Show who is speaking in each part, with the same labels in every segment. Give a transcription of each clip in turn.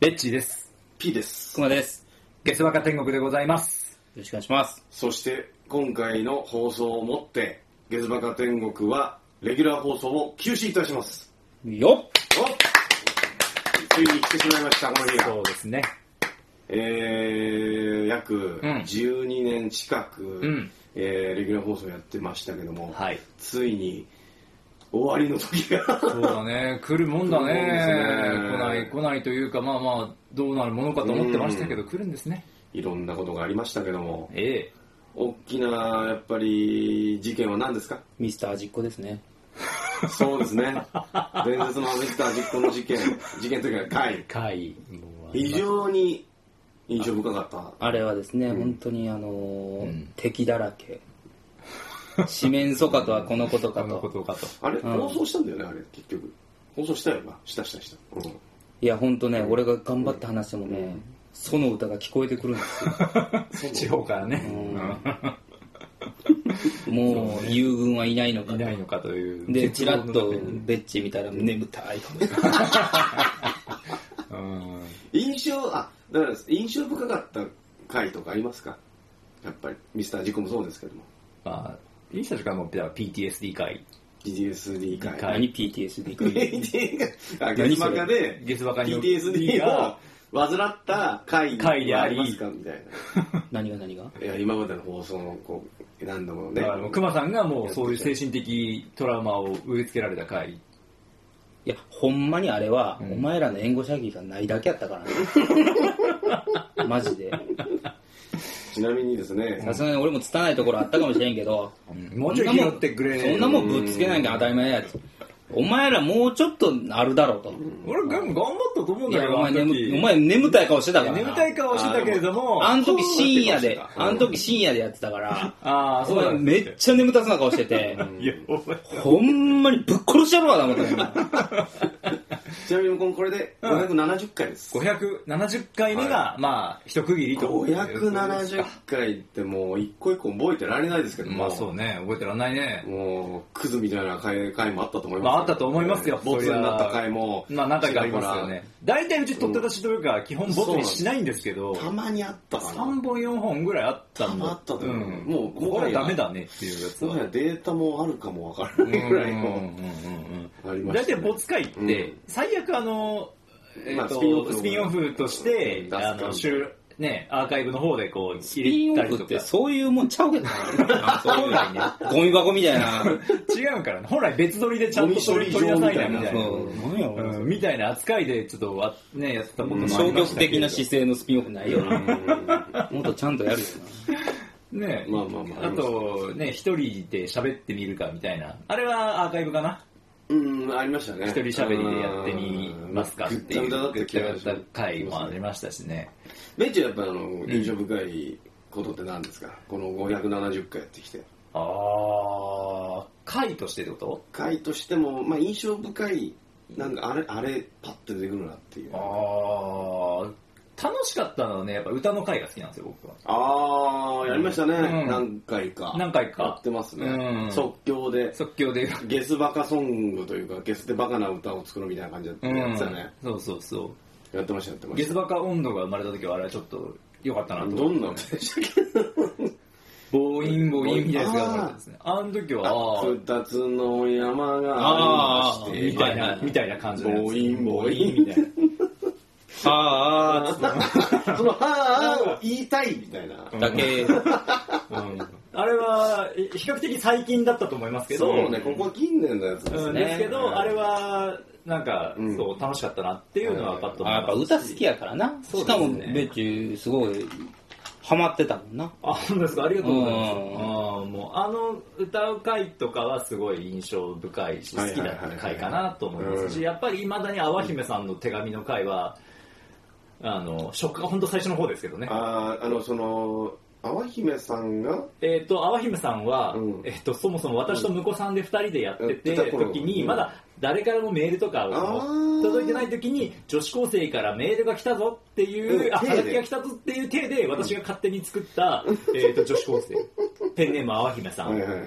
Speaker 1: レッチーです。
Speaker 2: P です
Speaker 3: 熊です。
Speaker 1: ゲスバカ天国でございます。
Speaker 3: よろしくお願いします。
Speaker 2: そして今回の放送をもって「ゲズバカ天国」はレギュラー放送を休止いたします
Speaker 3: よっ
Speaker 2: おついに来てしまいましたこの日
Speaker 1: そ
Speaker 2: が
Speaker 1: うですね。
Speaker 2: えー、約
Speaker 1: うん
Speaker 2: 12年近く、
Speaker 1: ん
Speaker 2: えーレギュラー放送やってましたけども、
Speaker 3: はい
Speaker 2: ついに終わりの時
Speaker 1: そ
Speaker 2: が
Speaker 1: うだね。来るもんだね。
Speaker 2: 来るもんですね
Speaker 1: 来ない来ないというか、まあまあ、どうなるものかと思ってましたけど、来るんですね。
Speaker 2: いろんなことがありましたけども
Speaker 1: ええ。
Speaker 2: 大きなやっぱり事件は何ですか
Speaker 3: ミスター味っ子ですね。
Speaker 2: そうですね伝説のハズした実行の事件事件というか会
Speaker 3: 会。
Speaker 2: 非常に印象深かった
Speaker 3: あれはですね、本当にあのー敵だらけ。四面楚歌 とはこのことか。
Speaker 1: このこととかと。
Speaker 2: あれ、放送したんだよねあれ結局放送したよなしたしたした、うん
Speaker 3: いや、本当ね、俺が頑張って話してもね、その歌が聞こえてくるんですよ。
Speaker 1: 地方からね、
Speaker 3: もう、友軍はいないのか
Speaker 1: い。ないのかという。
Speaker 3: で、ちらっと
Speaker 1: う、ん。
Speaker 3: ベッチ見たら、眠たいと思って。
Speaker 2: 印象あだから印象深かった回とかありますかやっぱりミスター事故もそうですけども
Speaker 1: まあ、いい人たちからも、じゃあ PTSD 会。
Speaker 2: PTSD 回
Speaker 1: 回
Speaker 3: 何 PTSD か。
Speaker 2: PTSD がゲスバカで
Speaker 1: ゲスバカに
Speaker 2: PTSD を患った回
Speaker 1: 回であり
Speaker 2: はますかみたい
Speaker 3: 何が何が
Speaker 2: ないや今までの放送のこう何度も ね
Speaker 1: だからもう、熊さんがもうそういう精神的トラウマを植え付けられた会。
Speaker 3: いや、ほんまにあれは、お前らの援護射撃がないだけやった からね。マジで。
Speaker 2: ちなみにですね
Speaker 3: さすがに俺も拙いところあったかもしれんけど、
Speaker 1: もうちょい拾ってくれ
Speaker 3: そんなもんぶっつけないんが当たり前やつ。お前らもうちょっとあるだろうと。
Speaker 1: 俺、頑張ったと思うん
Speaker 3: い
Speaker 1: だけ
Speaker 3: や、
Speaker 1: ど、
Speaker 3: お
Speaker 1: あ
Speaker 3: 前
Speaker 1: の時
Speaker 3: 眠お前眠たい顔してたからな。
Speaker 1: 眠たい顔してたけれども、
Speaker 3: あの時深夜
Speaker 2: そうだっ、
Speaker 3: で
Speaker 2: てました
Speaker 3: あの時深夜でやってたから、
Speaker 1: ああ、
Speaker 3: お
Speaker 1: そうだ
Speaker 3: 前めっちゃ眠たそうな顔してて、
Speaker 1: いや、お前、
Speaker 3: ほんまにぶっ殺してやろうかと思ったよ
Speaker 2: ちなみにこのこれで570回です
Speaker 1: 570回目が、まあ、一区切りと。
Speaker 2: 570回ってもう一個一個覚えてられないですけども、
Speaker 1: まあそうね、覚えてらんないね。
Speaker 2: もうクズみたいな回回もあったと思います
Speaker 1: ま
Speaker 2: よ
Speaker 1: ああったと思いますよ。
Speaker 2: ボツに
Speaker 1: そりゃ
Speaker 2: なった回も
Speaker 1: まあ何回かありますよね。大体うち取って出しというか、基本ボツにしないんですけど、
Speaker 2: たまにあったかな
Speaker 1: 3本4本ぐらいあった
Speaker 2: た
Speaker 1: ん
Speaker 2: まにあ
Speaker 1: だ
Speaker 2: っ。たと
Speaker 1: う。
Speaker 2: 思うんもう
Speaker 1: これはダメだねっていうやつ
Speaker 2: もは
Speaker 1: は。
Speaker 2: やデータもあるかもわからないぐらいのありま
Speaker 1: 大
Speaker 2: した
Speaker 1: 体
Speaker 2: ね
Speaker 1: ボツ回っ
Speaker 2: う
Speaker 1: て
Speaker 2: ん、
Speaker 1: 最悪あの、え
Speaker 2: まあ
Speaker 1: っ
Speaker 2: スピンオ
Speaker 1: と
Speaker 2: フ
Speaker 1: スピンオフとして
Speaker 2: 出、す
Speaker 1: あ
Speaker 2: か
Speaker 1: の、収ね、アーカイブの方でこう、
Speaker 3: ピ
Speaker 1: 入
Speaker 3: ンオ
Speaker 1: れたり
Speaker 3: フ
Speaker 1: と
Speaker 3: って
Speaker 1: か。
Speaker 3: そういうもんちゃうけどな。そういうのね ゴミ箱みた いな。
Speaker 1: 違うからね。本来別撮りでちゃんと取り取りなさいね、みたいな。
Speaker 3: そう、なんやろな
Speaker 1: うんみたいな扱いで、ちょっとわ、ね、やってたこともありましたけ
Speaker 3: 消
Speaker 1: ど
Speaker 3: 極的な姿勢のスピンオフないよな。もっとちゃんとやるよ
Speaker 1: ね
Speaker 2: まあまあまあ
Speaker 1: あと、ね、一人で喋ってみるかみたいな。あれはアーカイブかな
Speaker 2: うんありましたね
Speaker 1: 一人喋りでやってみますかっていう。
Speaker 2: ぐったぐただった気がし
Speaker 1: ぐったぐた回もありましたしね。
Speaker 2: めっちゃやっぱあの印象深いことって何ですかこの570回やってきて
Speaker 1: あー、回としてってこと
Speaker 2: 回としても、まあ、印象深いなんかあれあれパッて出てくるなっていう
Speaker 1: あー、楽しかったのはね、やっぱ歌の回が好きなんですよ、僕は。
Speaker 2: ああやりましたね、
Speaker 1: うん
Speaker 2: 何回か
Speaker 1: 何回か
Speaker 2: やってますね、
Speaker 1: うん
Speaker 2: 即興で
Speaker 1: 即興で。
Speaker 2: ゲスバカソングというかゲスでバカな歌を作るみたいな感じでやってたね、
Speaker 1: そうそうそう。
Speaker 2: やってましたやってま
Speaker 1: ゲ
Speaker 2: し
Speaker 1: ス
Speaker 2: た
Speaker 1: バカ温度が生まれた時はあれはちょっと良かったなと
Speaker 2: ど
Speaker 1: 思
Speaker 2: んな
Speaker 1: っ
Speaker 2: 歌
Speaker 1: て。
Speaker 2: でしたっけ
Speaker 1: 暴飲暴飲みたいなやつが生まれたんですね。あの時は、あー
Speaker 2: 二つの山が
Speaker 3: あ
Speaker 2: あ
Speaker 3: ー
Speaker 2: り
Speaker 1: み
Speaker 2: ま
Speaker 1: た
Speaker 2: し
Speaker 1: いな、みたいな感じ
Speaker 2: て
Speaker 1: のやつ
Speaker 2: ボインボインみたい
Speaker 3: な。ああ、
Speaker 2: なその「あーあー」を言いたいみたいな、
Speaker 3: だけ、
Speaker 1: あれは、え比較的最近だったと思いますけど、
Speaker 2: そうねここ近年のやつですね、
Speaker 1: うんですけど、あれは、なんか、
Speaker 2: うん
Speaker 1: そう、楽しかったなっていうのは分かった
Speaker 3: あやっぱ歌好きやからな。しかも、ベッチュすごい、ハマってたもんな。
Speaker 1: あ、本当ですか、ありがとうございます。あ
Speaker 3: うん
Speaker 1: ーもう、あの歌う回とかはすごい印象深いし、
Speaker 2: は
Speaker 1: 好
Speaker 2: いはい
Speaker 1: き
Speaker 2: はい
Speaker 1: だ
Speaker 2: はい
Speaker 1: った回かなと思います
Speaker 2: う
Speaker 1: し、やっぱり未だに淡姫さんの手紙の回は、あの、初回、本当最初の方ですけどね。
Speaker 2: あーあのその淡姫さんが
Speaker 1: えっ、と、淡姫さんは、
Speaker 2: うん
Speaker 1: えっ、と、そもそも私と婿さんで二人でやってて、
Speaker 2: やってた頃
Speaker 1: 時に、
Speaker 2: うん
Speaker 1: まだ誰からもメールとか
Speaker 2: あー
Speaker 1: 届いてない時に、女子高生からメールが来たぞっていう、
Speaker 2: うん
Speaker 1: あ、
Speaker 2: 手
Speaker 1: は
Speaker 2: で
Speaker 1: がきが来たぞっていう体で、私が勝手に作った、えっ、と、女子高生。ペンネーム淡姫さ
Speaker 2: はい
Speaker 1: ん
Speaker 2: はいはいはい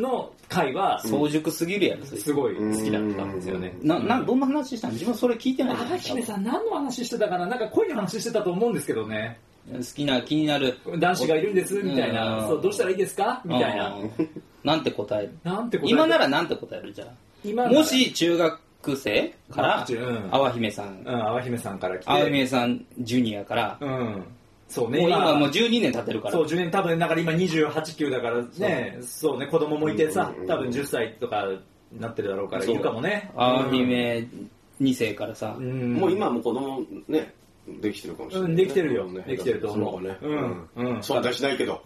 Speaker 1: の回は、
Speaker 3: 早熟すぎるやろ、それ
Speaker 1: すごい好きだったんですよね。
Speaker 3: な、な、どんな話したの自分それ聞いてない
Speaker 1: あ姫さん何の話してたかななんか恋の話してたと思うんですけどね。
Speaker 3: 好きな、気になる。
Speaker 1: 男子がいるんです、みたいな。
Speaker 3: うん
Speaker 1: そう、どうしたらいいですかみたいな
Speaker 3: う。ん。なんて答える
Speaker 1: なんてこと
Speaker 3: 今ならなんて答えるじゃ
Speaker 1: 今
Speaker 3: あ。
Speaker 1: なら
Speaker 3: も、し中学生から、
Speaker 1: うん
Speaker 3: 淡姫さん
Speaker 1: う、ん、淡姫さんから来て。
Speaker 3: 淡姫さんジュニアから、
Speaker 1: うん。そうね、
Speaker 3: もう今もう12年経ってるから
Speaker 1: そ。う、10年、多分、だから今28、9だからね、そうね、子供もいてさ
Speaker 2: うんうんう、ん
Speaker 1: 多分10歳とかなってるだろうから、い
Speaker 3: そう
Speaker 1: るかもね。
Speaker 3: 淡姫2世からさ
Speaker 1: う、ん。
Speaker 2: もう今はもう子供ね、できてるかもしれ
Speaker 1: う
Speaker 2: ない、
Speaker 1: ん、できてるよ
Speaker 2: ね。
Speaker 1: できてると思う。
Speaker 2: ね。
Speaker 1: うん。うん。
Speaker 2: そんなしないけど。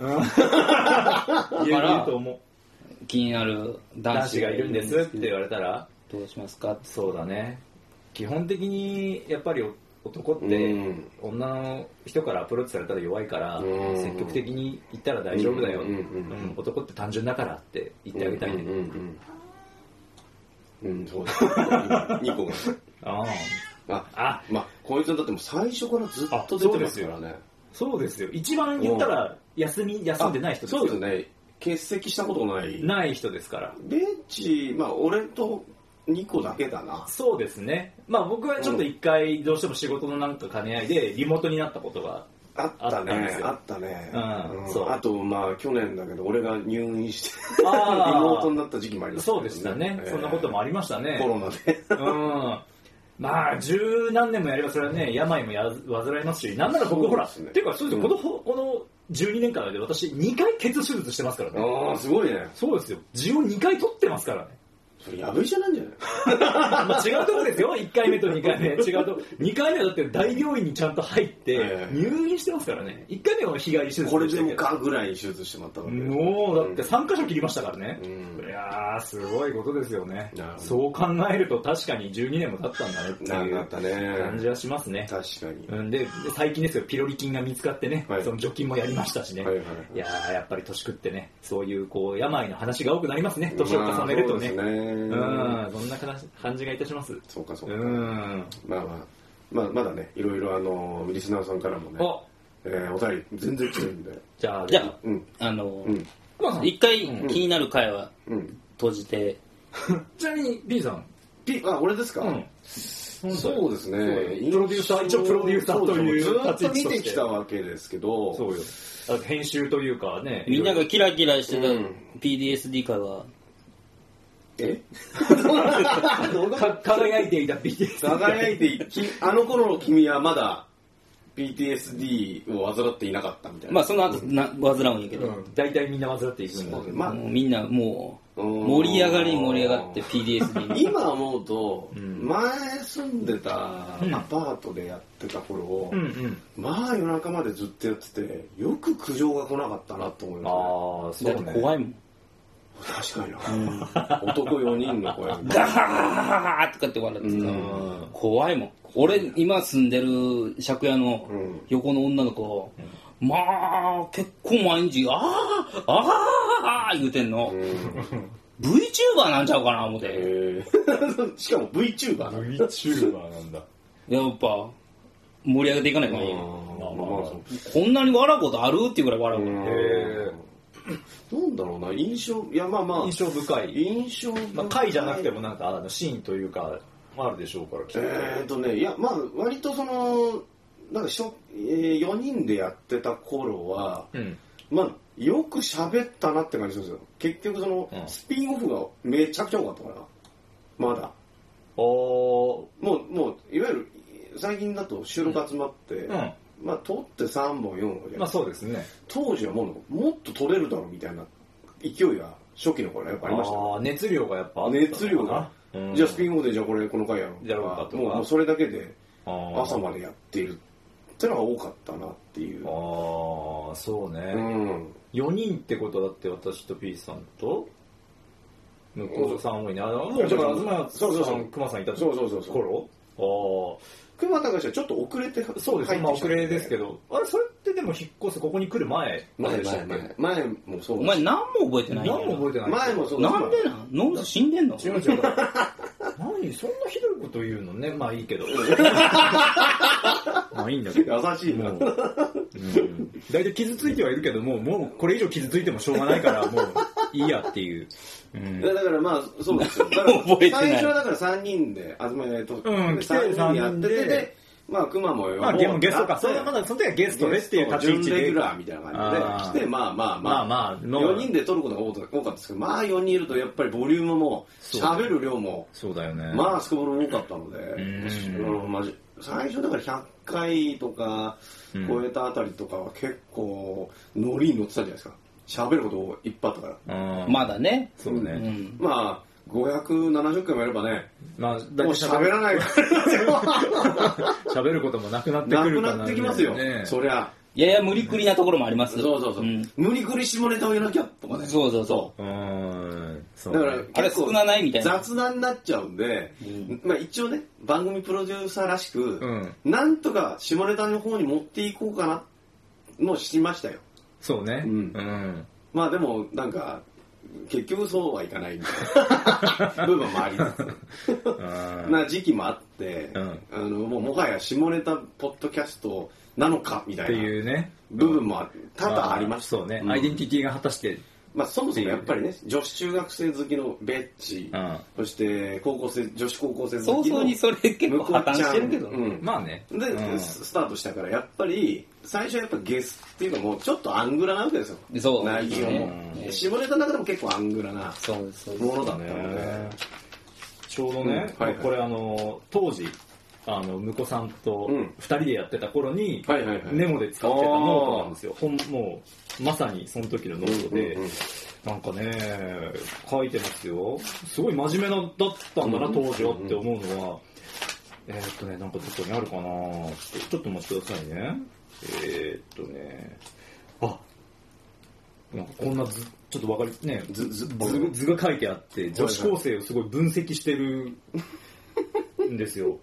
Speaker 1: 言えると思う。
Speaker 3: 気になる男
Speaker 1: 男
Speaker 3: 子
Speaker 1: 子がいるんですって言われたら、
Speaker 3: どうしますか
Speaker 1: そうだね。基本的に、やっぱり男って、
Speaker 2: ん。
Speaker 1: 女の人からアプローチされたら弱いから
Speaker 2: う、ん
Speaker 1: 積極的に言ったら大丈夫だよ。う
Speaker 2: うんうんうん
Speaker 1: ん男って単純だからって言ってあげたい
Speaker 2: うんう
Speaker 1: ね。
Speaker 2: んうん。うん、 そうだ。ニコが。
Speaker 1: あ
Speaker 2: あ、
Speaker 1: あ。あ、
Speaker 2: まあ、こいつだってもう最初からずっと出てますからね。
Speaker 1: そうですよ。一番言ったら、休み、休んでない人ですよ。
Speaker 2: そうですね。欠席したことない。
Speaker 1: ない人ですから。
Speaker 2: ベンチ、まあ、俺とニコだけだな。
Speaker 1: そうですね。まあ僕はちょっと一回、どうしても仕事のなんか兼ね合いで、リモートになったことが、
Speaker 2: あった
Speaker 1: あったんで
Speaker 2: ね
Speaker 1: す。よ
Speaker 2: あったね。
Speaker 1: うんそう
Speaker 2: あと、まあ、去年だけど、俺が入院して、リモ
Speaker 1: あー
Speaker 2: ートになった時期もありましたけ
Speaker 1: そ
Speaker 2: ど
Speaker 1: うでしたね。そんなこともありましたね。
Speaker 2: コロナで。
Speaker 1: うん。まあ、十何年もやれば、それはね、病もや患いますし、なんなら僕、ほら、
Speaker 2: そうですね
Speaker 1: っていうか、そうですよ、この、この12年間で私、2回ケツ手術してますからね。
Speaker 2: ああ、すごいね。
Speaker 1: そうですよ。痔を2回取ってますからね。
Speaker 2: それ、やぶ医者なんじゃない
Speaker 1: まあ、違うとこですよ、1回目と2回目、 違うとこ、2回目はだって大病院にちゃんと入って
Speaker 2: え、え
Speaker 1: 入院してますからね、1回目は日帰り手術
Speaker 2: これ
Speaker 1: し
Speaker 2: で
Speaker 1: たけ
Speaker 2: も
Speaker 1: ど、
Speaker 2: かぐらいに手術してもらったわけで
Speaker 1: もうだって3箇所切りましたからね、
Speaker 2: うん
Speaker 1: いやー、すごいことですよね
Speaker 2: なる、ほど
Speaker 1: そう考えると、確かに12年も経ったんだねって
Speaker 2: なん
Speaker 1: い
Speaker 2: かあ
Speaker 1: う
Speaker 2: ったね。
Speaker 1: 感じはしますね。
Speaker 2: 確かに。
Speaker 1: うんで、で最近ですよ、ピロリ菌が見つかってね、
Speaker 2: はい
Speaker 1: その除菌もやりましたしね、
Speaker 2: はい
Speaker 1: い
Speaker 2: はいはい
Speaker 1: やー、やっぱり年食ってね、そういうこう病の話が多くなりますね、年を重ねるとね。
Speaker 2: まあそうで
Speaker 1: う
Speaker 2: すね
Speaker 1: ん、そんな話感じがいたします。
Speaker 2: そうかそう
Speaker 1: う
Speaker 2: か。
Speaker 1: ん。
Speaker 2: まあまあ、まあ、まだね、いろいろあの、リスナーさんからもね、
Speaker 1: お
Speaker 2: えーお便り全然来てるんで。
Speaker 1: じゃあ、
Speaker 3: じゃあ、
Speaker 2: うん。
Speaker 3: あの
Speaker 2: う、ん。
Speaker 3: 一回気になる回は
Speaker 2: うん。
Speaker 3: 閉じて、
Speaker 1: ちなみに B さん。
Speaker 2: ピあ、俺ですか、
Speaker 1: うん。
Speaker 2: そうですね。
Speaker 1: プロデューサー一応プロデューサーという
Speaker 2: そうそうず
Speaker 1: 立ち位
Speaker 2: っと
Speaker 1: 置
Speaker 2: 見
Speaker 1: として
Speaker 2: てきたわけですけど、
Speaker 1: そうよ。だって編集というかね。
Speaker 3: みんながキラキラしてた
Speaker 2: うん
Speaker 3: PDSD 会は、
Speaker 2: え
Speaker 1: か輝いていた BTS。
Speaker 2: 輝いていき、あの頃の君はまだ PTSD を患っていなかったみたいな。
Speaker 3: まあその後、な、患うんやけど、
Speaker 1: うん大体みんな患っていくんだけど。
Speaker 2: まあ
Speaker 3: もうみんなもう、
Speaker 2: うん
Speaker 3: 盛り上がり盛り上がって PDSD に。
Speaker 2: 今思うと、
Speaker 1: ん
Speaker 2: 前住んでたア
Speaker 1: うん
Speaker 2: パートでやってた頃を、
Speaker 1: うんうん。
Speaker 2: まあ夜中までずっとやってて、よく苦情が来なかったなと思いま
Speaker 1: ああ、そ
Speaker 3: だっ
Speaker 1: う
Speaker 3: て
Speaker 1: ね。
Speaker 3: 怖いもん。
Speaker 2: すね。確かにな。男4人の声。
Speaker 3: ガハハハハとかって笑ってた
Speaker 2: うん
Speaker 3: 怖いもん。俺、今住んでる借家の
Speaker 2: うん
Speaker 3: 横の女の子、まあ、結構毎日、ああああ言うてんの。VTuber なんちゃうかな、思って。
Speaker 2: えー しかも VTuber な。
Speaker 1: VTuber なんだ。
Speaker 3: やっぱ、盛り上げていかないとね
Speaker 2: まあ
Speaker 3: こんなに笑うことあるっていうぐらい笑うもん。
Speaker 1: へ
Speaker 2: なんだろうな、印象、いやまあまあ、
Speaker 1: 印象深い。
Speaker 2: 印象深い
Speaker 1: まあ、回じゃなくてもなんか、あの、シーンというか、あるでしょうから、きっと。
Speaker 2: えー、とね、いや、まあ、割とその、なんかしょ、えー、4人でやってた頃は、
Speaker 1: うん。
Speaker 2: まあ、よく喋ったなって感じですよ。結局その、
Speaker 1: うん
Speaker 2: スピンオフがめちゃくちゃ多かったから、まだ。
Speaker 1: おー。
Speaker 2: もう、もう、いわゆる、最近だと収録集まって、
Speaker 1: うん。
Speaker 2: まあ、撮って3本、4本やる
Speaker 1: まあそうですね。
Speaker 2: 当時はもう、もっと撮れるだろうみたいな勢いが、初期の頃はやっぱありましたよ。
Speaker 1: あー熱量がやっぱあったのかな
Speaker 2: 熱量が、
Speaker 1: うん
Speaker 2: じゃあスピンオフで、じゃあこれ、この回やろう
Speaker 1: やろうかとか
Speaker 2: もう、もうそれだけで、
Speaker 1: あー
Speaker 2: 朝までやっているってのが多かったなっていう。
Speaker 1: ああそうね、
Speaker 2: うん。
Speaker 1: 4人ってことだって私と P さんと向こうさん多いねあのもうだから東
Speaker 2: そうそう
Speaker 1: さ
Speaker 2: そ
Speaker 1: ん
Speaker 2: う
Speaker 1: 熊さんいた
Speaker 2: そうそうそうそう
Speaker 1: 頃あ
Speaker 2: 熊田がはちょっと遅れて入って
Speaker 1: あ
Speaker 2: き
Speaker 1: そうですねまあ遅れですけ
Speaker 2: ど。
Speaker 1: どあれそれってでも引っ越すここに来る前
Speaker 2: 前でしたっけ
Speaker 3: 前
Speaker 2: 前もそう
Speaker 3: お
Speaker 2: だ
Speaker 3: 前
Speaker 2: し
Speaker 3: 何も覚えてない
Speaker 1: 何
Speaker 3: やん
Speaker 1: も覚えてない
Speaker 2: 前もそうだし
Speaker 3: なんでなんノース死んでんの
Speaker 1: 違う違う何そんなひどいこと言うのねまあいいけど まあいいんだけど
Speaker 2: 優しいな。
Speaker 1: もう、うん、大体傷ついてはいるけども、もうこれ以上傷ついてもしょうがないから、もう、いいやっていう。うん
Speaker 2: いやだからまあ、そうな んですよ。だか
Speaker 3: 覚えて
Speaker 2: ら
Speaker 3: ない
Speaker 2: 最初はだから3人で、東屋と、
Speaker 1: うん来て
Speaker 2: 3人でやってて、
Speaker 1: 三人で
Speaker 2: でまあ、熊もよ。
Speaker 1: まあ、ゲゲストか。そ
Speaker 2: そうれ
Speaker 1: だ、ま
Speaker 2: まだ
Speaker 1: だその時はゲストでっていう立ち位置
Speaker 2: レ
Speaker 1: で
Speaker 2: ギュ。ラーみたいな
Speaker 1: あ
Speaker 2: 感
Speaker 1: ー
Speaker 2: じで、来て、まあま
Speaker 1: ま
Speaker 2: あ
Speaker 1: あ
Speaker 2: まあ、
Speaker 1: まあ、
Speaker 2: 四4人で撮ることが多かったんですけど、まあ4人いるとやっぱりボリュームも、
Speaker 1: そう
Speaker 2: 喋る量も、
Speaker 1: そうだよね。
Speaker 2: まあ、すこぶる多かったので、
Speaker 1: ん
Speaker 2: うんまあ最初だから100回とか
Speaker 1: うん
Speaker 2: 超えたあたりとかは結構、ノリに乗ってたじゃないですか。喋ることいっぱいあったから。
Speaker 1: あ
Speaker 3: まだね。
Speaker 1: そう
Speaker 3: う
Speaker 1: ね。
Speaker 3: ん。
Speaker 2: まあ、570回もやればね、
Speaker 1: まあ、だ
Speaker 2: もう喋らないから。
Speaker 1: 喋ることもなくなって
Speaker 2: な
Speaker 1: く
Speaker 2: く
Speaker 1: るか
Speaker 2: なってきますよ、
Speaker 1: ね。
Speaker 2: そりゃ。
Speaker 3: やや無理くりなところもあります。
Speaker 2: そうそうそう。
Speaker 3: ん
Speaker 2: 無理くり下ネタをやらなきゃとかね。
Speaker 3: そうそうそう
Speaker 1: うん。そううね
Speaker 2: だから、
Speaker 3: あれ少なないみたいな
Speaker 2: 雑談になっちゃうんで、
Speaker 3: うん
Speaker 2: まあ一応ね、番組プロデューサーらしく、
Speaker 1: うん
Speaker 2: なんとか下ネタの方に持っていこうかな、もうしましたよ。
Speaker 1: そうね。
Speaker 2: うん
Speaker 1: うん。
Speaker 2: まあでも、なんか、結局そうはいかないみ たいな部分もありつつ。
Speaker 1: うん
Speaker 2: な時期もあって、
Speaker 1: うん
Speaker 2: あのもうもはや下ネタポッドキャストなのかみ
Speaker 1: ったて
Speaker 2: いな
Speaker 1: いうね。
Speaker 2: 部分もあ多々ありました、
Speaker 1: そうね
Speaker 2: う。ん
Speaker 1: アイデンティティが果たして、
Speaker 2: まあ、そもそもやっぱりね女子中学生好きのベッチ、
Speaker 1: うん
Speaker 2: そして高校生女子高校生
Speaker 3: 早
Speaker 2: 好きの
Speaker 3: 々にそれ結構破綻してるけど
Speaker 2: 向こうちゃんうん
Speaker 1: まあね。
Speaker 2: で、
Speaker 1: うん
Speaker 2: スタートしたからやっぱり最初はやっぱゲスっていうかもうちょっとアングラなわけですよ
Speaker 3: そう
Speaker 2: 内容も、
Speaker 3: うん
Speaker 2: 下ネタの中でも結構アングラな
Speaker 3: そうそう
Speaker 2: も
Speaker 3: そ
Speaker 2: の
Speaker 3: う。
Speaker 2: だったので、
Speaker 1: ちょうどね、
Speaker 2: うんはいはい
Speaker 1: これあの、当時、あの、婿さんと
Speaker 2: うん
Speaker 1: 二人でやってた頃に、
Speaker 2: はいはいはい
Speaker 1: ネモで使ってたノートなんですよ。ほんもう、まさにその時のノートで、
Speaker 2: うんうんうん
Speaker 1: なんかね、書いてますよ。すごい真面目な、だったんだな、
Speaker 2: うん
Speaker 1: 当時はって思うのは、えーっとね、なんかどこにあるかなちょっとお待ちくださいね。えーっとね、あなんかこんな図、ちょっとわかり、ね、図図図図が書いてあって、女子高生をすごい分析してるんです よ。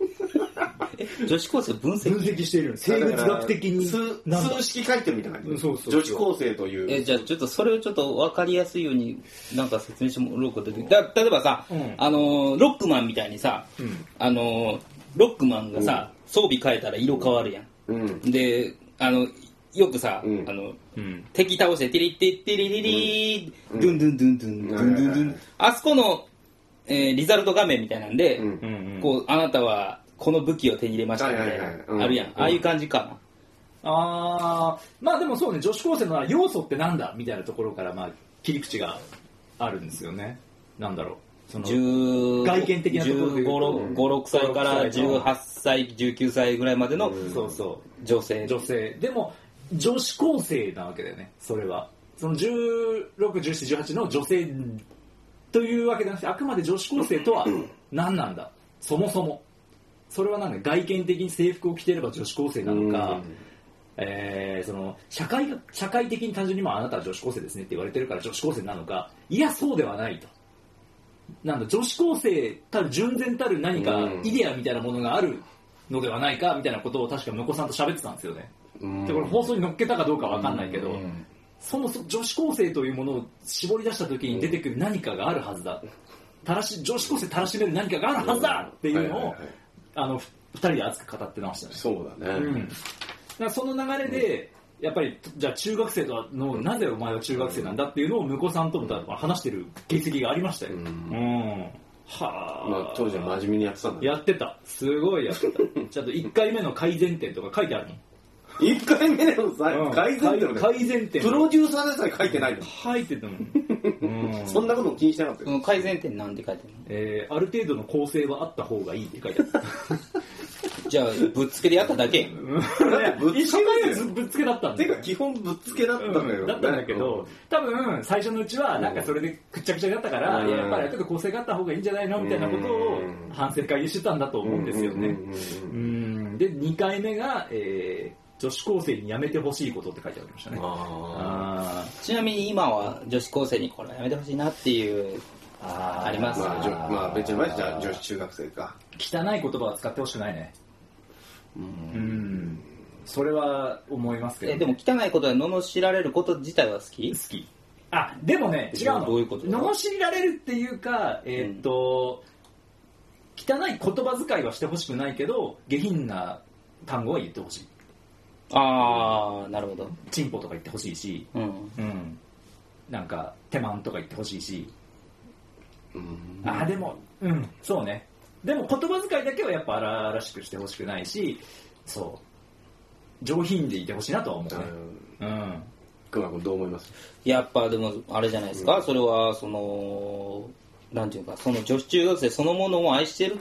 Speaker 3: 女子高生分
Speaker 1: 分
Speaker 3: 析。
Speaker 1: 析してる。生物学的に
Speaker 2: 数
Speaker 1: なんだ
Speaker 2: 数式書いてるみたいな感じ、
Speaker 1: うんそうそう
Speaker 2: 女子高生という
Speaker 3: えじゃあちょっとそれをちょっと分かりやすいようになんか説明してもらおうかとだ例えばさ、
Speaker 1: うん
Speaker 3: あのーロックマンみたいにさ、
Speaker 1: うん
Speaker 3: あのーロックマンがさ、装備変えたら色変わるやん、
Speaker 2: うん
Speaker 3: であのよくさ、
Speaker 2: うん
Speaker 3: あの
Speaker 1: うん。
Speaker 3: 敵倒してティリティティリリリー、ドゥンドゥンドゥンドゥンドゥンドゥンドゥ
Speaker 2: うん
Speaker 3: ンあそこの、えーリザルト画面みたいなんで、
Speaker 2: うん
Speaker 1: うんうん
Speaker 3: こうあなたはこの武器を手に入れましたみたい
Speaker 2: はい
Speaker 3: な
Speaker 2: はいはいうん
Speaker 3: あるやん、ああいう感じかな
Speaker 1: あーまあでもそうね女子高生の要素ってなんだみたいなところからまあ切り口があるんですよねなんだろうその外見的なところで言うと
Speaker 3: 15、6歳から18歳、19歳ぐらいまでの
Speaker 1: そうそ
Speaker 3: 女
Speaker 1: う
Speaker 3: 性。
Speaker 1: 女性でも女子高生なわけだよねそれはその161718の女性というわけじゃなくてあくまで女子高生とは何なんだそもそもそれはなんだ外見的に制服を着ていれば女子高生なのか、えーその社会が社会的に単純にもあなたは女子高生ですねって言われてるから女子高生なのかいやそうではないとなんだ女子高生たる純然たる何か
Speaker 2: うん
Speaker 1: イデアみたいなものがあるのではないかみたいなことを確か向こうさんと喋ってたんですよね
Speaker 2: うん
Speaker 1: でこれ放送に乗っけたかどうかわかんないけど、
Speaker 2: うん
Speaker 1: そもそも女子高生というものを絞り出した時に出てくる何かがあるはずだたらし女子高生たらしめる何かがあるはずだっていうのを、
Speaker 2: はいはいはい
Speaker 1: あの2人で熱く語ってましたね
Speaker 2: そうだね、
Speaker 1: うん、だからその流れで、やっぱりじゃあ中学生とはのなぜお前は中学生なんだっていうのを向こうさんとも話してる形跡がありましたよ、
Speaker 2: うん
Speaker 1: んはあ、
Speaker 2: まあ、当時は真面目にやってたんだ
Speaker 1: やってたすごいやってたちゃんと1回目の改善点とか書いてある
Speaker 2: 1回目でもさ、
Speaker 1: もん、うん
Speaker 2: 改善点もね
Speaker 1: 改善点
Speaker 2: プロデューサーでさえ書いてないの、
Speaker 1: 書いてたもん、うん
Speaker 2: そんなことも気にしてなかった
Speaker 3: そ
Speaker 2: よ、
Speaker 3: の改善点なんて書いてる
Speaker 1: えーある程度の構成はあった方がいいって書いてある
Speaker 3: のじゃあ、ぶっつけでやっただけやん。
Speaker 2: だってぶっつけ
Speaker 1: 一瞬だけずぶっつけだったん
Speaker 2: て
Speaker 1: だ
Speaker 2: い
Speaker 1: よ
Speaker 2: うか基本ぶっつけだったのよ、
Speaker 1: だったんだけど、多分最初のうちはなんかそれでくっちゃくちゃになったから、
Speaker 2: うん
Speaker 1: いややっぱりある程度構成があった方がいいんじゃないのみたいなことを
Speaker 2: うん
Speaker 1: 反省会議してたんだと
Speaker 2: うん
Speaker 1: 思うんですよね、
Speaker 2: うんうんうん
Speaker 1: うんで2回目が、えー女子高生にやめてほしいことって書いてありましたね
Speaker 2: あ
Speaker 1: あ
Speaker 3: ちなみに今は女子高生にこれやめてほしいなっていう、
Speaker 1: あ
Speaker 3: ありま
Speaker 2: ー
Speaker 3: す
Speaker 2: まあ、じょまあ、別に
Speaker 1: 汚い
Speaker 2: じゃあ女子中学生か。
Speaker 1: 言葉は使ってほしくないねうんそれは思いますけど、
Speaker 3: えでも汚いことは罵られること自体は好き
Speaker 1: 好きあでもね違うの
Speaker 3: どういうこと
Speaker 1: 罵られるっていうかえーっと、汚い言葉遣いはしてほしくないけど下品な単語は言ってほしい
Speaker 3: あー、なるほど。
Speaker 1: チンポとか言ってほしいし
Speaker 3: うん。
Speaker 1: うんなんか手満とか言ってほしいし、
Speaker 2: うん
Speaker 1: あーでもうんそうねでも言葉遣いだけはやっぱ荒々しくしてほしくないしそう上品でいてほしいなとは思うねうん
Speaker 2: 熊君どう思います
Speaker 3: やっぱでもあれじゃないですか、それはそのなんていうかその女子中学生そのものを愛してる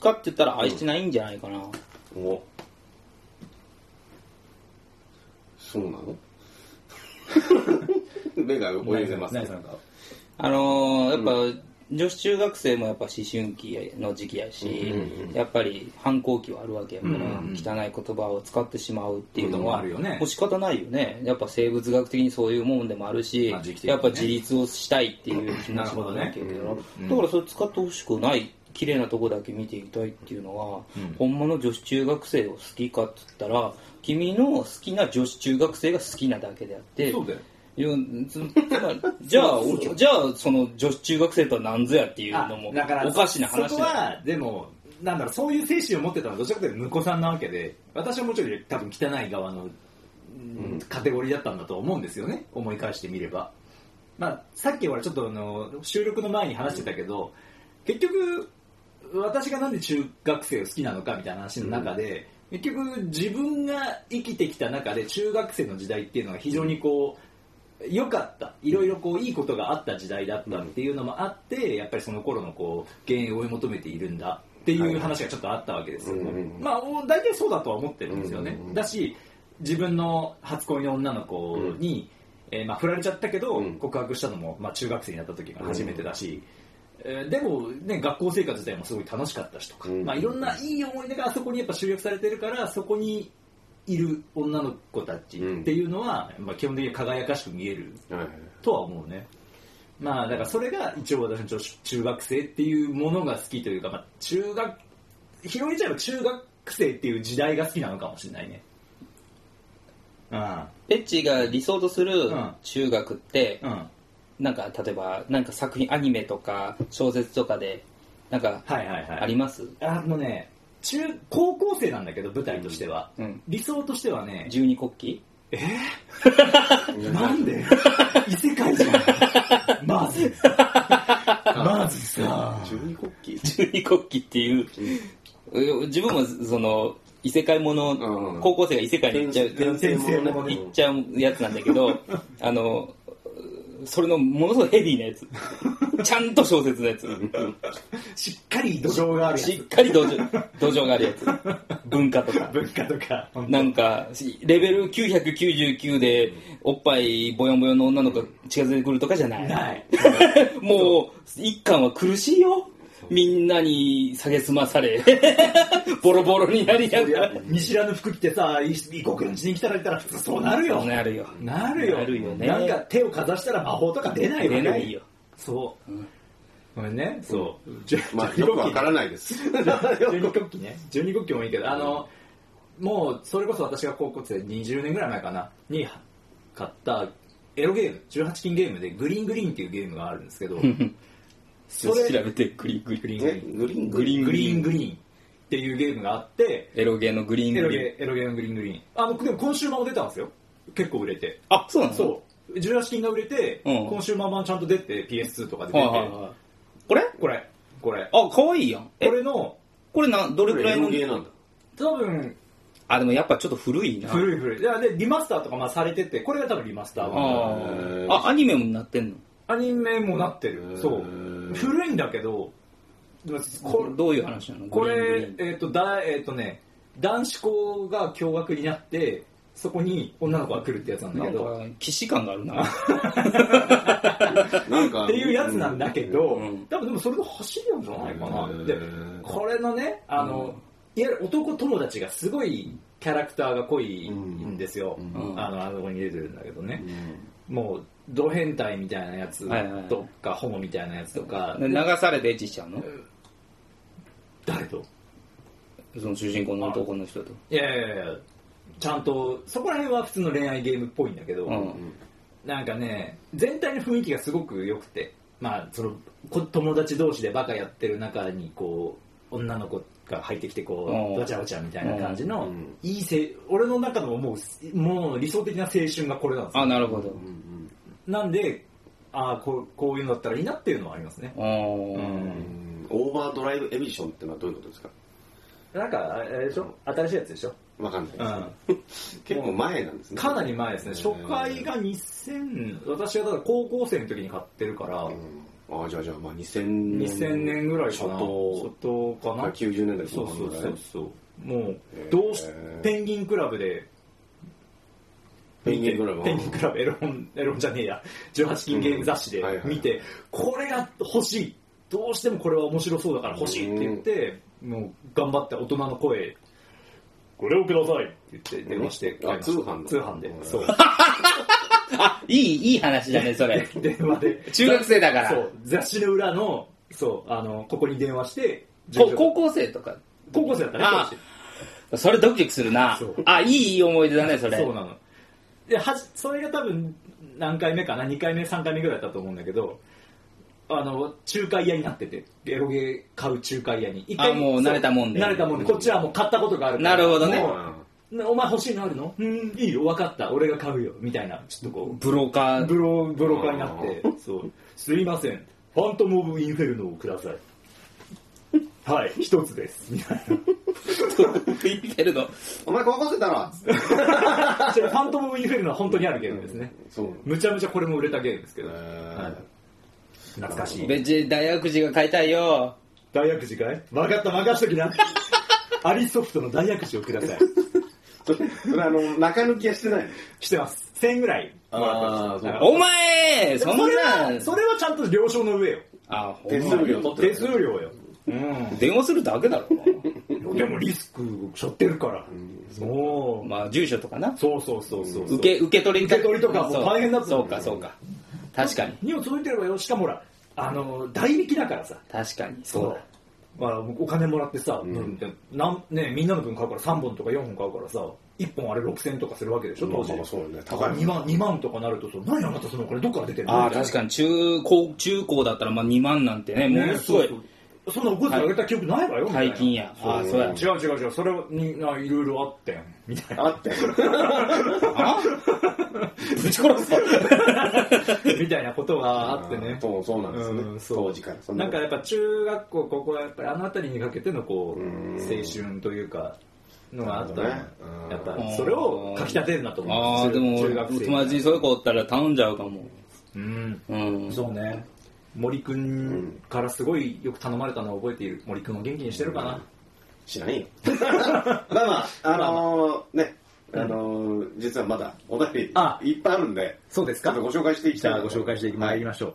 Speaker 3: かって言ったら愛してないんじゃないかな、
Speaker 2: おそうなの目が泳いでます
Speaker 1: 何その顔
Speaker 3: あのーやっぱ、女子中学生もやっぱ思春期の時期やし、やっぱり反抗期はあるわけやから、汚い言葉を使ってしまうっていうの
Speaker 1: うん
Speaker 3: は、
Speaker 1: あるよね
Speaker 3: もう仕方ないよねやっぱ生物学的にそういうもんでもあるし、
Speaker 1: まあ時期的にね
Speaker 3: やっぱ自立をしたいっていう気持ちもあるわけやけど
Speaker 2: なるほどね
Speaker 3: だからそれ使ってほしくない綺麗なとこだけ見ていきたいっていうのは、ほんまの女子中学生を好きかって言ったら君の好きな女子中学生が好きなだけであって
Speaker 1: そうだよ
Speaker 3: いやつつまりじゃあおじゃあその女子中学生とは何ぞやっていうのも
Speaker 1: あだから
Speaker 3: おかしな話
Speaker 1: そこ
Speaker 3: だ
Speaker 1: はでもなんだろうそういう精神を持ってたのはどちらかというと婿さんなわけで私はもちろん多分汚い側の、うんカテゴリーだったんだと思うんですよね思い返してみれば、まあ、さっきはちょっとあの収録の前に話してたけど、結局私がなんで中学生を好きなのかみたいな話の中で、結局自分が生きてきた中で中学生の時代っていうのが非常にこう、良かったいろいろこういいことがあった時代だったっていうのもあってやっぱりその頃のこう原因を追い求めているんだっていう話がちょっとあったわけですよ、
Speaker 2: うんうん
Speaker 1: まあお大体そうだとは思ってるんですよね、
Speaker 2: うんうんうん
Speaker 1: だし自分の初恋の女の子に、えーまあ、振られちゃったけど、
Speaker 2: うん
Speaker 1: 告白したのも、まあ、中学生になった時が初めてだし、えーでも、ね、学校生活自体もすごい楽しかったしとか、
Speaker 2: うん
Speaker 1: まあ、いろんないい思い出があそこにやっぱ集約されてるからそこにいる女の子たちっていうのは、まあ、基本的に輝かしく見える
Speaker 2: はいはい
Speaker 1: とは思うねまあだからそれが一応私の女子中学生っていうものが好きというか、まあ、中学広げちゃえば中学生っていう時代が好きなのかもしれないねうん
Speaker 3: ペッチが理想とする
Speaker 1: うん
Speaker 3: 中学って、
Speaker 1: うんは
Speaker 3: なんか例えばなんか作品アニメとか小説とかでなんか
Speaker 1: いはいはい
Speaker 3: あります、
Speaker 1: あのね中高校生なんだけど舞台としては、
Speaker 3: うん
Speaker 1: 理想としてはね
Speaker 3: 十二国旗
Speaker 1: なん で異世界じゃんまずまずさ
Speaker 2: 十二国旗
Speaker 3: 十二国旗っていう、自分もその異世界もの、
Speaker 2: うん
Speaker 3: 高校生が異世界に行っちゃう
Speaker 2: 転生ものね
Speaker 3: 行っちゃうやつなんだ けどあのそれのものすごいヘビーなやつちゃんと小説のやつ
Speaker 1: しっかり土壌があるやつ
Speaker 3: しっかり土壌土壌があるやつ文化とか
Speaker 1: 文化とか本当
Speaker 3: なんかレベル999でおっぱいボヨンボヨンの女の子が近づいてくるとかじゃない
Speaker 1: ない
Speaker 3: もう一巻は苦しいよみんなに蔑まさ れボロボロになりながら
Speaker 1: 見知らぬ服着てさ異国の地に来たらいたら普通そうなるよ
Speaker 3: なるよ
Speaker 1: なるよ
Speaker 3: なるよね
Speaker 1: なんか手をかざしたら魔法とか出ないわけ
Speaker 3: 出ないよ
Speaker 1: そう、ごめんねそう、じゃ
Speaker 2: まあよくわからないです
Speaker 1: 十二国旗ね十二国旗もいいけどあの、もうそれこそ私が高校生20年ぐらい前かなに買ったエロゲーム18金ゲームで「グリーングリーン」っていうゲームがあるんですけどそれ
Speaker 3: 調べてグリグリ
Speaker 1: グリーング
Speaker 2: え
Speaker 1: リーン
Speaker 2: グリーン
Speaker 3: グリーン
Speaker 1: グリーングリーンっていうゲームがあって
Speaker 3: エロゲーのグリーン
Speaker 1: エ
Speaker 3: グ
Speaker 1: ロ
Speaker 3: リ
Speaker 1: ゲ
Speaker 3: ーン
Speaker 1: ーエロゲーのグリーングリーンあのでも今週版も出たんですよ結構売れて
Speaker 3: あそうなの
Speaker 1: そう18金が売れて、
Speaker 3: うん
Speaker 1: 今週版版ちゃんと出て PS2 とかで出
Speaker 3: は
Speaker 1: て、
Speaker 3: いはいはいこれ
Speaker 1: これこれ
Speaker 3: あ可愛いやんえ
Speaker 1: これの
Speaker 3: これなどれ
Speaker 2: こ
Speaker 3: く
Speaker 2: れ
Speaker 3: ら
Speaker 2: エ
Speaker 3: い
Speaker 2: ロ
Speaker 3: の
Speaker 2: ゲーなんだ
Speaker 1: 多分
Speaker 3: あでもやっぱちょっと古いな
Speaker 1: 古い古いいやでリマスターとかまあされててこれが多分リマスター
Speaker 3: あ
Speaker 1: 版
Speaker 3: ーあアニメもなってんの
Speaker 1: アニメもなってるそう
Speaker 2: うん
Speaker 1: 古いんだけどでも
Speaker 3: こ
Speaker 1: こ
Speaker 3: れどういう話なの
Speaker 1: こ
Speaker 3: グリ
Speaker 1: れ
Speaker 3: ーングリーン
Speaker 1: えっ、とだえっ、とね男子校が共学になってそこに女の子が来るってやつなんだ
Speaker 3: な
Speaker 1: け
Speaker 3: ん
Speaker 1: ど
Speaker 3: か既視感がある な
Speaker 2: なんか
Speaker 1: っていうやつなんだけど、
Speaker 3: うん
Speaker 1: 多分でもそれの走りなんじゃないかな、
Speaker 2: うん
Speaker 1: でこれのねあの、いわゆる男友達がすごいキャラクターが濃いんですよ、
Speaker 3: ん
Speaker 1: あのあの子に出てるんだけどね
Speaker 2: う、ん
Speaker 1: もうド変態みたいなやつとか、
Speaker 3: はいはい
Speaker 1: ホモみたいなやつとか、
Speaker 3: で流されてエッチしちゃうの
Speaker 1: 誰と
Speaker 3: その主人公の男の人と
Speaker 1: いやいやいやちゃんとそこら辺は普通の恋愛ゲームっぽいんだけど、
Speaker 3: うん
Speaker 1: なんかね全体の雰囲気がすごく良くてまあそのこ友達同士でバカやってる中にこう女の子が入ってきてこ
Speaker 3: うん
Speaker 1: うわちゃわちゃみたいな感じの
Speaker 2: うん
Speaker 1: いいせ俺の中のもうもう理想的な青春がこれなんです
Speaker 3: あ
Speaker 1: よ
Speaker 3: なるほど
Speaker 2: うん
Speaker 1: なんでああこうこういうのだったらいいなっていうのはありますね
Speaker 3: あー
Speaker 2: うんオーバードライブエミッションってのはどういうことですか
Speaker 1: なんかあれでしょ新しいやつでしょ、
Speaker 2: わかんないうです、
Speaker 1: ん、
Speaker 2: 結構前なんですね
Speaker 1: かなり前ですね初
Speaker 2: うん
Speaker 1: 回が2000私がただ高校生の時に買ってるから、
Speaker 2: うんああじゃあじゃあまあ2000年
Speaker 1: 2000年ぐらいかな
Speaker 2: 初頭
Speaker 1: 初頭かな
Speaker 2: 90年代
Speaker 1: そ
Speaker 2: 後
Speaker 1: うそう
Speaker 2: 半ぐらい
Speaker 1: そうそうもう
Speaker 2: へー
Speaker 1: どうしペンギンクラブで
Speaker 2: ペンギンクラブ
Speaker 1: ペンギンクラブエロ本エロ本じゃねえや18金ゲーム雑誌で
Speaker 2: うんはいはいはい
Speaker 1: 見てこれが欲しいどうしてもこれは面白そうだから欲しいって言ってもう頑張って大人の声これをくださいって言って電話して買いました
Speaker 2: あ通販だ
Speaker 1: 通販で
Speaker 2: うん
Speaker 1: そう
Speaker 3: あいいいい話だねそれ
Speaker 1: 電話 で
Speaker 3: 中学生だから
Speaker 1: そう雑誌の裏のそうあのここに電話して
Speaker 3: こ高校生とか
Speaker 1: 高校生だったね
Speaker 3: あ
Speaker 1: 当時
Speaker 3: それドキドキするな
Speaker 1: そう
Speaker 3: あいい思い出だねそれ
Speaker 1: そうなのではじそれが多分何回目かな2回目3回目ぐらいだったと思うんだけどあの仲介屋になっててエロゲー買う仲介屋に一
Speaker 3: あもう慣れたもんで
Speaker 1: そう慣れたもんでこっちはもう買ったことがあるから
Speaker 3: なるほどね
Speaker 1: も
Speaker 2: あ
Speaker 1: うなお前欲しいのあるのうんいいよ分かった俺が買うよみたいなちょっとこ
Speaker 3: ブローカ
Speaker 1: う
Speaker 3: ー
Speaker 1: ブロブロカーになってそうすいませんファントム・オブ・インフェルノをくださいはい一つですみたい
Speaker 3: 見てるの
Speaker 2: お前高校生だろ
Speaker 1: なちょファントム・オブ・インフェルノは本当にあるゲームですね
Speaker 2: そう
Speaker 1: むちゃむちゃこれも売れたゲームですけど、
Speaker 2: へー
Speaker 1: はい懐かしい
Speaker 3: 別に大学児が買いたいよ
Speaker 1: 大薬師かい分かった任しときなアリソフトの大薬師をください
Speaker 2: それそれあの中抜きはしてない
Speaker 1: してます1000円ぐらいもらってました
Speaker 2: あーそう
Speaker 1: はい
Speaker 3: お前そん
Speaker 1: それ
Speaker 3: な
Speaker 1: はそれはちゃんと了承の上よ
Speaker 3: あほ
Speaker 2: 手
Speaker 3: ん
Speaker 2: 数
Speaker 3: ま
Speaker 2: 料
Speaker 1: 手数料よ、う
Speaker 3: 電話するだけだろ
Speaker 1: ん、でもリスク背負ってるから、もう
Speaker 3: まあ住所とかな
Speaker 1: そうそうそうそうそう
Speaker 3: 受け受け取り
Speaker 1: 受け取りとかも
Speaker 3: そう
Speaker 1: 大変だった
Speaker 3: そうかそうか確かに
Speaker 1: 荷物置いてればよしかもほらあの代引きだからさ
Speaker 3: 確かに
Speaker 1: そうだ、まあ、お金もらってさ、
Speaker 2: ん
Speaker 1: なんね、みんなの分買うから3本とか4本買うからさ1本あれ6000とかするわけでしょ当時、
Speaker 2: まあまあそうだね
Speaker 1: だ
Speaker 2: 高
Speaker 1: か
Speaker 2: い
Speaker 1: ら2万 ,2 万とかなるとさ何あなたそのお金どっから出てるの
Speaker 3: ああ確かに中高中高だったらまあ2万なんてねものすご
Speaker 1: そう
Speaker 3: い
Speaker 1: そうそんなお小遣いあげた記憶ないわよ、みたい
Speaker 3: 大
Speaker 1: な
Speaker 3: 金やああそうや
Speaker 1: 違う違う違うそれにないろいろあってんみたいな
Speaker 2: あったよ
Speaker 3: あぶち殺すぞ
Speaker 1: みたいなことがあってね
Speaker 2: そうそうなんですね、
Speaker 1: うんそう
Speaker 2: 当時からそ
Speaker 1: なんか
Speaker 2: こと
Speaker 1: やっぱ中学校高校はやっぱりあの辺りにかけてのこう
Speaker 2: うん
Speaker 1: 青春というかのがあったの
Speaker 2: なるほどねうん
Speaker 1: やっぱそれをかきたてるなと思
Speaker 3: ああで
Speaker 1: います
Speaker 3: も
Speaker 1: 中学生
Speaker 3: 友達にそういう子おったら頼んじゃうかも
Speaker 1: うん
Speaker 3: うん
Speaker 1: そうね森くんからすごいよく頼まれたのを覚えている森くんを元気にしてるかな
Speaker 2: 知らんよ まあまああのー、ねあのー、実はまだお便
Speaker 1: あ
Speaker 2: りいっぱいあるんで
Speaker 1: そうです
Speaker 2: ちょっとご紹介していき
Speaker 1: じ
Speaker 2: たい
Speaker 1: ゃ
Speaker 2: な
Speaker 1: あご紹介していきまいりましょう